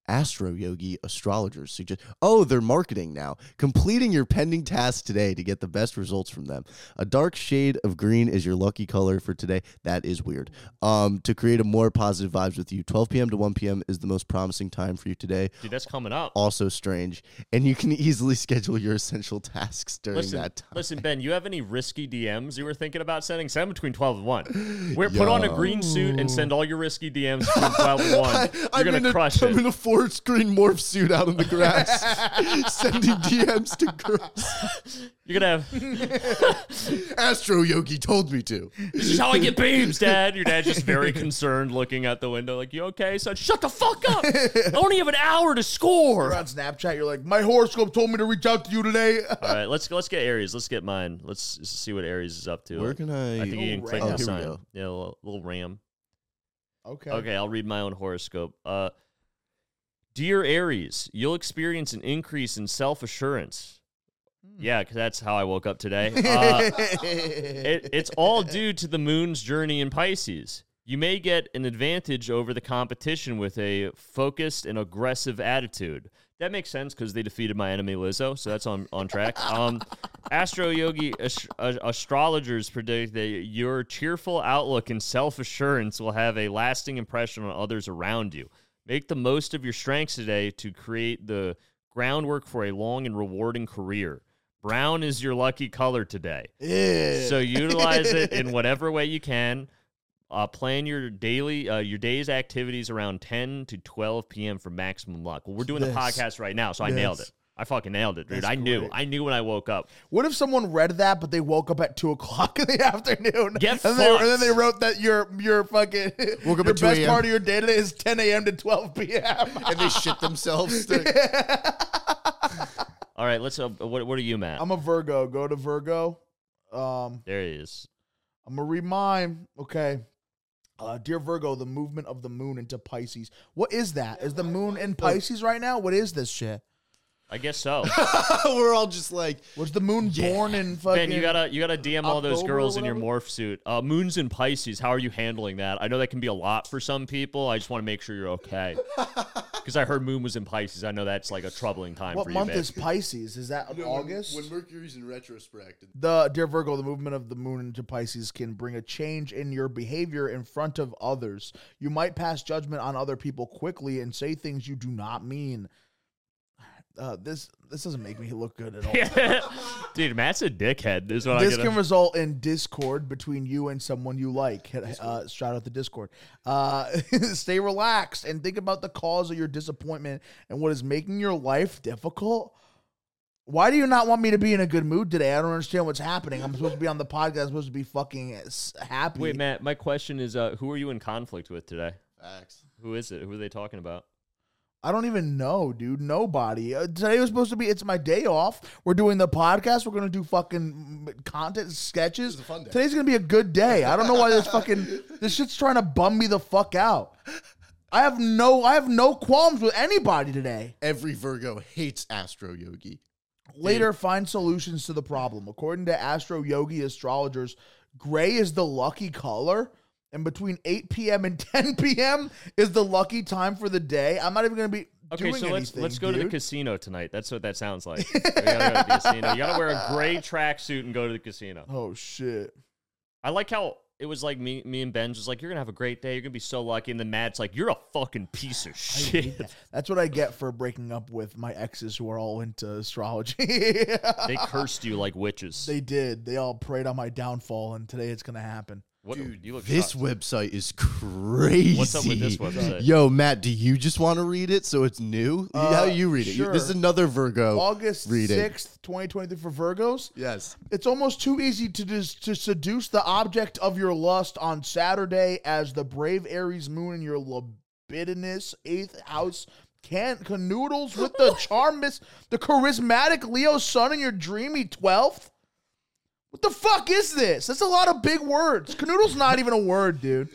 [SPEAKER 3] Astro Yogi astrologers suggest oh, they're marketing now. Completing your pending tasks today to get the best results from them. A dark shade of green is your lucky color for today. That is weird. Um, to create a more positive vibes with you, 12 p.m. to 1 p.m. is the most promising time for you today.
[SPEAKER 2] Dude, that's coming up.
[SPEAKER 3] Also strange, and you can easily schedule your essential tasks during that time.
[SPEAKER 2] Listen, Ben, you have any risky DMs you were thinking about sending? Send between 12 and 1. Wear, put on a green suit and send all your risky DMs between 12 and 1. You're
[SPEAKER 3] I'm
[SPEAKER 2] going
[SPEAKER 3] in a-
[SPEAKER 2] to crush
[SPEAKER 3] I'm
[SPEAKER 2] it.
[SPEAKER 3] in a four screen morph suit out on the grass, sending DMs to girls.
[SPEAKER 2] You're going to have,
[SPEAKER 3] Astro Yogi told me to.
[SPEAKER 2] this is how I get beams, Dad. Your dad's just very concerned looking out the window like, you okay? son? shut the fuck up. I only have an hour to score.
[SPEAKER 1] You're on Snapchat, you're like, my horoscope told me to reach out to you today.
[SPEAKER 2] All right, let's let's get Aries. Let's get mine. Let's s- see what Aries is up to.
[SPEAKER 3] Where can I?
[SPEAKER 2] I think you
[SPEAKER 1] Oh,
[SPEAKER 2] can
[SPEAKER 1] Ram.
[SPEAKER 2] click the
[SPEAKER 1] Oh, here
[SPEAKER 3] we
[SPEAKER 2] sign.
[SPEAKER 3] go.
[SPEAKER 2] Yeah, a little, little ram.
[SPEAKER 1] okay.
[SPEAKER 2] Okay, I'll read my own horoscope. Uh, Dear Aries, you'll experience an increase in self assurance. Yeah, 'cause that's how I woke up today. Uh, it, it's all due to the moon's journey in Pisces. You may get an advantage over the competition with a focused and aggressive attitude. That makes sense because they defeated my enemy Lizzo, so that's on, on track. Um, Astro Yogi ast- uh, astrologers predict that your cheerful outlook and self assurance will have a lasting impression on others around you. Make the most of your strengths today to create the groundwork for a long and rewarding career. Brown is your lucky color today.
[SPEAKER 1] Yeah.
[SPEAKER 2] So utilize it in whatever way you can. Uh, plan your daily, uh, your day's activities around 10 to 12 p.m. for maximum luck. Well, we're doing the
[SPEAKER 1] This.
[SPEAKER 2] podcast right now, so I nailed
[SPEAKER 1] This.
[SPEAKER 2] it. I fucking nailed it, dude.
[SPEAKER 1] That's
[SPEAKER 2] I knew.
[SPEAKER 1] great.
[SPEAKER 2] I knew when I woke up.
[SPEAKER 1] What if someone read that, but they woke up at two o'clock in the afternoon?
[SPEAKER 2] Get
[SPEAKER 1] and, they, and then
[SPEAKER 2] fucked.
[SPEAKER 1] they wrote that your your fucking
[SPEAKER 3] Woke up
[SPEAKER 1] your
[SPEAKER 3] at 2
[SPEAKER 1] best
[SPEAKER 3] a.m..
[SPEAKER 1] part of your day today is ten a.m. to twelve p.m.
[SPEAKER 3] and they shit themselves. to-
[SPEAKER 2] All right, let's. Uh, what, what are you, Matt?
[SPEAKER 1] I'm a Virgo. Go to Virgo. Um,
[SPEAKER 2] there he is.
[SPEAKER 1] I'm gonna read mine. Okay. Uh, dear Virgo, the movement of the moon into Pisces. What is that? Is the moon in Pisces right now? What is this shit?
[SPEAKER 2] I guess so.
[SPEAKER 3] We're all just like,
[SPEAKER 1] Was the moon born in fucking?
[SPEAKER 2] Ben, you gotta you gotta DM all those
[SPEAKER 1] October or
[SPEAKER 2] girls in your
[SPEAKER 1] whatever?
[SPEAKER 2] morph suit. Uh, moons and Pisces. How are you handling that? I know that can be a lot for some people. I just want to make sure you're okay. Because I heard Moon was in Pisces. I know that's like a troubling time
[SPEAKER 1] what
[SPEAKER 2] for
[SPEAKER 1] month
[SPEAKER 2] you, man.
[SPEAKER 1] is Pisces? Is that August?
[SPEAKER 3] Mercury's in retrospect,
[SPEAKER 1] the dear Virgo, the movement of the moon into Pisces can bring a change in your behavior in front of others. You might pass judgment on other people quickly and say things you do not mean. Uh, this this doesn't make me look good at all.
[SPEAKER 2] Dude, Matt's a dickhead. Is what
[SPEAKER 1] this
[SPEAKER 2] I gotta,
[SPEAKER 1] can result in discord between you and someone you like. Hit- Uh, shout out the Discord. Uh, stay relaxed and think about the cause of your disappointment and what is making your life difficult. Why do you not want me to be in a good mood today? I don't understand what's happening. I'm supposed to be on the podcast. I'm supposed to be fucking s- happy.
[SPEAKER 2] Wait, Matt. My question is, uh, who are you in conflict with today?
[SPEAKER 3] Facts.
[SPEAKER 2] Who is it? Who are they talking about?
[SPEAKER 1] I don't even know, dude. Nobody. Uh, today was supposed to be. It's my day off. We're doing the podcast. We're gonna do fucking mm, content sketches.
[SPEAKER 3] This is a fun day.
[SPEAKER 1] Today's gonna be a good day. I don't know why this fucking this shit's trying to bum me the fuck out. I have no I have no qualms with anybody today.
[SPEAKER 3] Every Virgo hates Astro Yogi.
[SPEAKER 1] Later, find solutions to the problem. According to Astro Yogi astrologers, gray is the lucky color. And between 8 p.m. and 10 p.m. is the lucky time for the day. I'm not even going to be
[SPEAKER 2] Okay,
[SPEAKER 1] doing
[SPEAKER 2] so let's
[SPEAKER 1] anything,
[SPEAKER 2] let's go to the
[SPEAKER 1] dude.
[SPEAKER 2] casino tonight. That's what that sounds like. we gotta go to the casino. You gotta wear a gray tracksuit and go to the casino.
[SPEAKER 1] Oh shit.
[SPEAKER 2] I like how it was like me, me and Ben's was like, "You're gonna have a great day. You're gonna be so lucky." And then Matt's like, "You're a fucking piece of shit."
[SPEAKER 1] That's what I get for breaking up with my exes who are all into astrology.
[SPEAKER 2] they cursed you like witches.
[SPEAKER 1] they did. They all preyed on my downfall, and today it's gonna happen.
[SPEAKER 2] what, you look
[SPEAKER 3] This
[SPEAKER 2] shocked.
[SPEAKER 3] website is crazy.
[SPEAKER 2] What's up with this website?
[SPEAKER 3] Yo, Matt, do you just want to read it so it's new? How do you read it? You- This is
[SPEAKER 1] Uh, sure.
[SPEAKER 3] another Virgo.
[SPEAKER 1] August
[SPEAKER 3] read it.
[SPEAKER 1] sixth, twenty twenty three for Virgos.
[SPEAKER 3] Yes.
[SPEAKER 1] It's almost too easy to dis- to seduce the object of your lust on Saturday, as the brave Aries moon in your libidinous eighth house can canoodles with the charmous, the charismatic Leo sun in your dreamy twelfth. What the fuck is this? That's a lot of big words. Canoodle's not even a word, dude.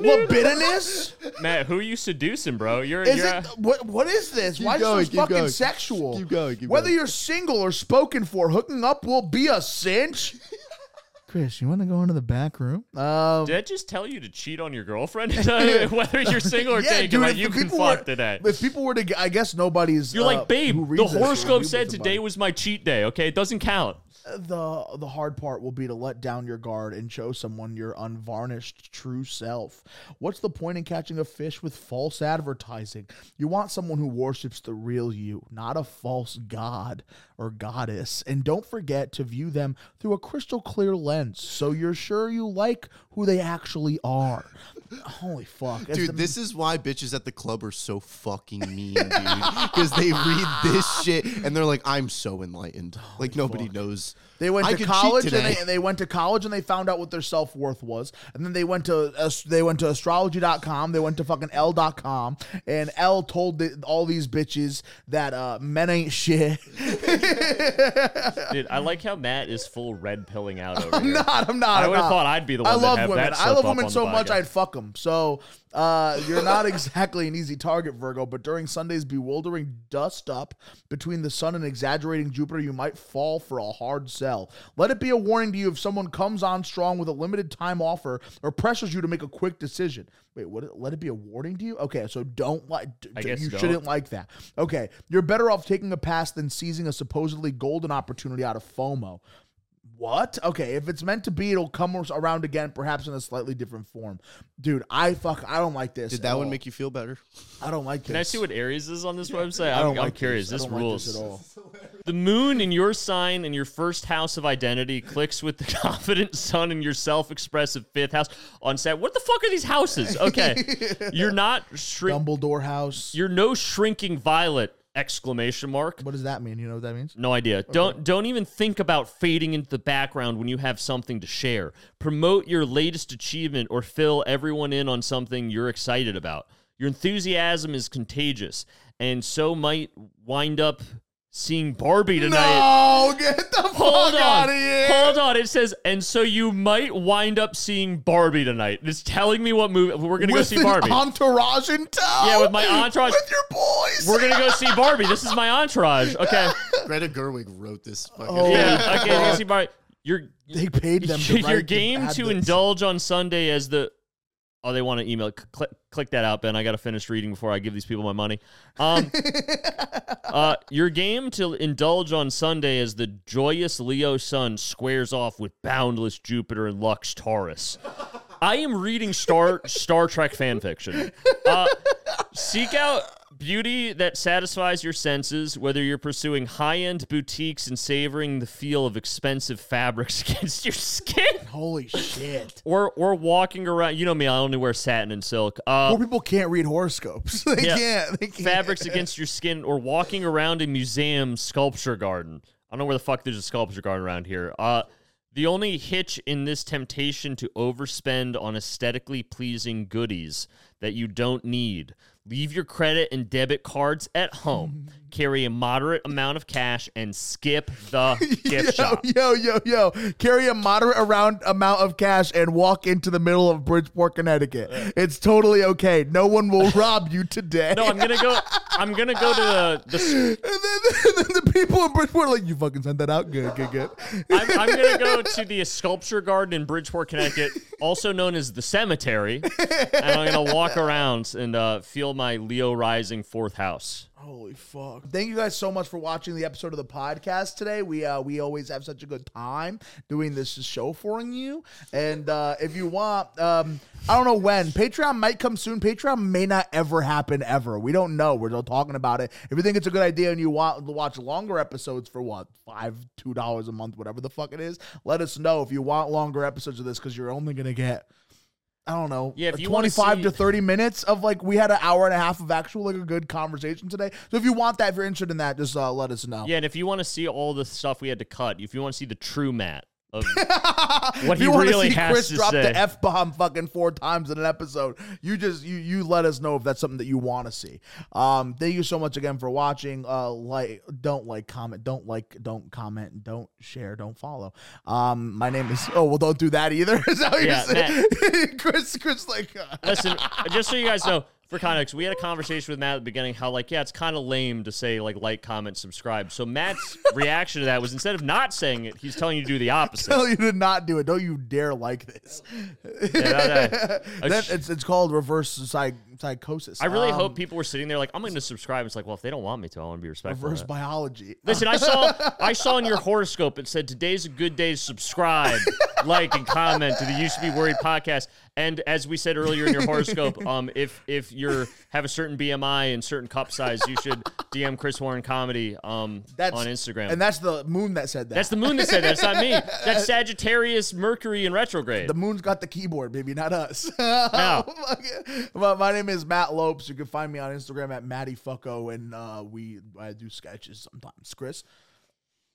[SPEAKER 1] Libidinous?
[SPEAKER 2] Matt, who are you seducing, bro? You're
[SPEAKER 1] Is
[SPEAKER 2] you're
[SPEAKER 1] it what? What is this?
[SPEAKER 3] Keep
[SPEAKER 1] Why is
[SPEAKER 3] going,
[SPEAKER 1] this
[SPEAKER 3] keep
[SPEAKER 1] fucking
[SPEAKER 3] going.
[SPEAKER 1] sexual?
[SPEAKER 3] Keep going, keep
[SPEAKER 1] Whether
[SPEAKER 3] going.
[SPEAKER 1] you're single or spoken for, hooking up will be a cinch. Chris, you want to go into the back room? Um,
[SPEAKER 2] did I just tell you to cheat on your girlfriend? Whether you're single or dating, like,
[SPEAKER 1] if
[SPEAKER 2] you
[SPEAKER 1] the
[SPEAKER 2] can
[SPEAKER 1] people
[SPEAKER 2] fuck
[SPEAKER 1] were,
[SPEAKER 2] today.
[SPEAKER 1] If people were to, g- I guess nobody's.
[SPEAKER 2] You're
[SPEAKER 1] uh,
[SPEAKER 2] like,
[SPEAKER 1] who
[SPEAKER 2] babe,
[SPEAKER 1] reads
[SPEAKER 2] the
[SPEAKER 1] this would
[SPEAKER 2] horoscope
[SPEAKER 1] agree
[SPEAKER 2] said
[SPEAKER 1] with somebody."
[SPEAKER 2] today was my cheat day. Okay, it doesn't count.
[SPEAKER 1] the the hard part will be to let down your guard and show someone your unvarnished true self. What's the point in catching a fish with false advertising? You want someone who worships the real you, not a false god or goddess. And don't forget to view them through a crystal clear lens so you're sure you like who they actually are. Holy fuck. It's
[SPEAKER 3] Dude,
[SPEAKER 1] the-
[SPEAKER 3] this is why bitches at the club are so fucking mean, dude. Because they read this shit and they're like, I'm so enlightened. Like, nobody knows.
[SPEAKER 1] Oh, They went
[SPEAKER 3] I
[SPEAKER 1] to
[SPEAKER 3] could cheat
[SPEAKER 1] college and
[SPEAKER 3] today.
[SPEAKER 1] they, and they went to college and they found out what their self worth was. And then they went to as- they went to astrology.com, they went to fucking L.com, and L told the, all these bitches that uh, men ain't shit.
[SPEAKER 2] Dude, I like how Matt is full red pilling out over
[SPEAKER 1] I'm
[SPEAKER 2] here.
[SPEAKER 1] not, I'm not.
[SPEAKER 2] I
[SPEAKER 1] I'm
[SPEAKER 2] would have
[SPEAKER 1] not.
[SPEAKER 2] thought I'd be the one.
[SPEAKER 1] I
[SPEAKER 2] that
[SPEAKER 1] love
[SPEAKER 2] have
[SPEAKER 1] women.
[SPEAKER 2] That
[SPEAKER 1] I
[SPEAKER 2] slip
[SPEAKER 1] love
[SPEAKER 2] up
[SPEAKER 1] women
[SPEAKER 2] on
[SPEAKER 1] so
[SPEAKER 2] the
[SPEAKER 1] much
[SPEAKER 2] podcast.
[SPEAKER 1] I'd fuck them. So uh, you're not exactly an easy target, Virgo. But during Sunday's bewildering dust up between the sun and exaggerating Jupiter, you might fall for a hard sell. Let it be a warning to you if someone comes on strong with a limited time offer or pressures you to make a quick decision. Wait, what? Let it be a warning to you? Okay, so don't like. d-
[SPEAKER 2] I
[SPEAKER 1] d-
[SPEAKER 2] guess
[SPEAKER 1] you
[SPEAKER 2] don't.
[SPEAKER 1] shouldn't like that. Okay, you're better off taking a pass than seizing a supposedly golden opportunity out of FOMO. What? Okay, if it's meant to be, it'll come around again, perhaps in a slightly different form. Dude, I fuck, I don't like this.
[SPEAKER 3] Did
[SPEAKER 1] at
[SPEAKER 3] that one
[SPEAKER 1] all.
[SPEAKER 3] make you feel better?
[SPEAKER 1] I don't like this.
[SPEAKER 2] Can I see what Aries is on this website?
[SPEAKER 1] I
[SPEAKER 2] I'm,
[SPEAKER 1] don't
[SPEAKER 2] I'm
[SPEAKER 1] like
[SPEAKER 2] curious.
[SPEAKER 1] This,
[SPEAKER 2] This,
[SPEAKER 1] I don't like
[SPEAKER 2] rules.
[SPEAKER 1] this at all.
[SPEAKER 2] The moon in your sign in your first house of identity clicks with the confident sun in your self-expressive fifth house on set. What the fuck are these houses? Okay, you're not shrink.
[SPEAKER 1] Dumbledore house.
[SPEAKER 2] You're no shrinking violet Exclamation mark.
[SPEAKER 1] What does that mean? You know what that means?
[SPEAKER 2] No idea. Don't don't even think about fading into the background when you have something to share. Promote your latest achievement or fill everyone in on something you're excited about. Your enthusiasm is contagious, and so might wind up seeing Barbie tonight.
[SPEAKER 1] No, Oh, get the
[SPEAKER 2] Hold
[SPEAKER 1] fuck
[SPEAKER 2] on.
[SPEAKER 1] out of here.
[SPEAKER 2] Hold on. It says, and so you might wind up seeing Barbie tonight. It's telling me what movie we're gonna go
[SPEAKER 1] with
[SPEAKER 2] see
[SPEAKER 1] an
[SPEAKER 2] Barbie.
[SPEAKER 1] entourage in tow.
[SPEAKER 2] Yeah, with my entourage.
[SPEAKER 1] With your boys.
[SPEAKER 2] we're gonna go see Barbie. This is my entourage. Okay.
[SPEAKER 3] Greta Gerwig wrote this. Fucking
[SPEAKER 1] Oh.
[SPEAKER 2] Yeah. Okay. we're gonna see Barbie. You're
[SPEAKER 1] they paid Um, them. To
[SPEAKER 2] your game to indulge on Sunday as the oh they want to email C- click click that out Ben I got to finish reading before I give these people my money um uh your game to indulge on Sunday as the joyous Leo sun squares off with boundless Jupiter and Lux Taurus I am reading Star Star Trek fan fiction uh, seek out beauty that satisfies your senses, whether you're pursuing high end boutiques and savoring the feel of expensive fabrics against your skin,
[SPEAKER 1] Holy shit.
[SPEAKER 2] or or walking around. You know me, I only wear satin and silk. Uh,
[SPEAKER 1] Poor people can't read horoscopes. They
[SPEAKER 2] Yeah.
[SPEAKER 1] can't. They can't.
[SPEAKER 2] fabrics against your skin, or walking around a museum sculpture garden. I don't know where the fuck there's a sculpture garden around here. Uh, the only hitch in this temptation to overspend on aesthetically pleasing goodies that you don't need. Leave your credit and debit cards at home. Carry a moderate amount of cash and skip the gift
[SPEAKER 1] yo,
[SPEAKER 2] shop.
[SPEAKER 1] yo, yo, yo. Carry a moderate around amount of cash and walk into the middle of Bridgeport, Connecticut. It's totally okay. No one will rob you today.
[SPEAKER 2] No, I'm gonna go. I'm gonna go to the. the
[SPEAKER 1] and, then, and then the people in Bridgeport are like, you fucking sent that out? Good, good, good.
[SPEAKER 2] I'm, I'm gonna go to the sculpture garden in Bridgeport, Connecticut, also known as the cemetery, and I'm gonna walk around and uh, feel my Leo rising fourth house.
[SPEAKER 1] Holy fuck. Thank you guys so much for watching the episode of the podcast today. We uh we always have such a good time doing this show for you. And uh if you want, um I don't know when. Patreon might come soon. Patreon may not ever happen ever. We don't know. We're still talking about it. If you think it's a good idea and you want to watch longer episodes for what, five, two dollars a month, whatever the fuck it is, let us know if you want longer episodes of this because you're only gonna get I don't know.
[SPEAKER 2] Yeah, if you wanna
[SPEAKER 1] 25 to
[SPEAKER 2] see-
[SPEAKER 1] 30 minutes of like we had an hour and a half of actual like a good conversation today. So if you want that, if you're interested in that, just uh, let us know.
[SPEAKER 2] Yeah, and if you want to see all the stuff we had to cut, if you want to see the true Matt of what
[SPEAKER 1] if
[SPEAKER 2] he
[SPEAKER 1] you wanna
[SPEAKER 2] really
[SPEAKER 1] see
[SPEAKER 2] has
[SPEAKER 1] Chris
[SPEAKER 2] to
[SPEAKER 1] drop
[SPEAKER 2] say,
[SPEAKER 1] the f bomb fucking four times in an episode, you just you you let us know if that's something that you want to see. Um, thank you so much again for watching. Uh, like, don't like, comment, don't like, don't comment, don't share, don't follow. Um, my name is oh well, don't do that either. Is that what
[SPEAKER 2] Yeah,
[SPEAKER 1] you're saying? Chris, Chris, like, uh,
[SPEAKER 2] listen, just so you guys know. For context, we had a conversation with Matt at the beginning how, like, yeah, it's kind of lame to say, like, like, comment, subscribe. So Matt's reaction to that was instead of not saying it, he's telling you to do the opposite.
[SPEAKER 1] tell you to not do it. Don't you dare like this.
[SPEAKER 2] that-
[SPEAKER 1] That- it's, it's called reverse psych, psychosis.
[SPEAKER 2] I really
[SPEAKER 1] Um,
[SPEAKER 2] hope people were sitting there like, I'm going to subscribe. It's like, well, if they don't want me to, I want to be respectful.
[SPEAKER 1] reverse
[SPEAKER 2] of it.
[SPEAKER 1] biology.
[SPEAKER 2] Listen, I saw I saw in your horoscope it said today's a good day to subscribe, like, and comment to the Used to Be Worried podcast. And as we said earlier in your horoscope, um, if if you're have a certain BMI and certain cup size, you should DM Chris Warren Comedy um on Instagram.
[SPEAKER 1] and that's the moon that said that.
[SPEAKER 2] that's the moon that said that. It's not me. That's Sagittarius, Mercury, in retrograde.
[SPEAKER 1] the moon's got the keyboard, baby, not us.
[SPEAKER 2] Now.
[SPEAKER 1] but my name is Matt Lopes. You can find me on Instagram at Matty Fucko, and uh, we I do sketches sometimes. Chris,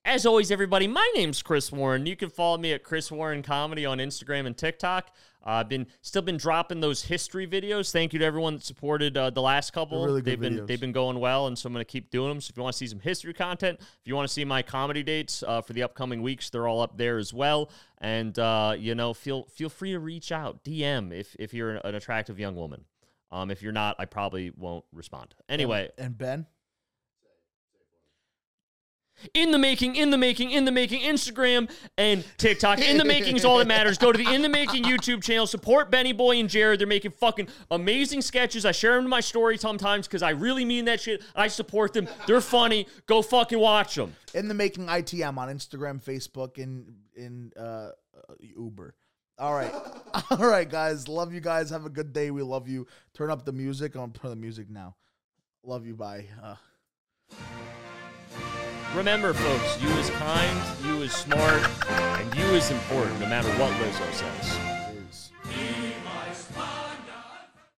[SPEAKER 2] As always, everybody, my name's Chris Warren. You can follow me at Chris Warren Comedy on Instagram and TikTok. Uh, I've been still been dropping those history videos. Thank you to everyone that supported uh, the last couple.
[SPEAKER 1] They're really good
[SPEAKER 2] they've been
[SPEAKER 1] videos.
[SPEAKER 2] they've been going well, and so I'm going to keep doing them. So if you want to see some history content, if you want to see my comedy dates uh, for the upcoming weeks, they're all up there as well. And uh, you know, feel feel free to reach out, DM if if you're an, an attractive young woman. Um, if you're not, I probably won't respond. Anyway,
[SPEAKER 1] and Ben.
[SPEAKER 2] in the making, in the making, in the making, Instagram and TikTok. In the making is all that matters. Go to the In the Making YouTube channel. Support Benny Boy and Jared. They're making fucking amazing sketches. I share them in my story sometimes because I really mean that shit. I support them. They're funny. Go fucking watch them.
[SPEAKER 1] In the making IT, I'm on Instagram, Facebook, and in uh, uh, Uber. All right, all right, guys. Love you guys. Have a good day. We love you. Turn up the music. I'm gonna turn the music now. Love you. Bye. Uh,
[SPEAKER 2] Remember, folks, you is kind, you is smart, and you is important, no matter what Lizzo says.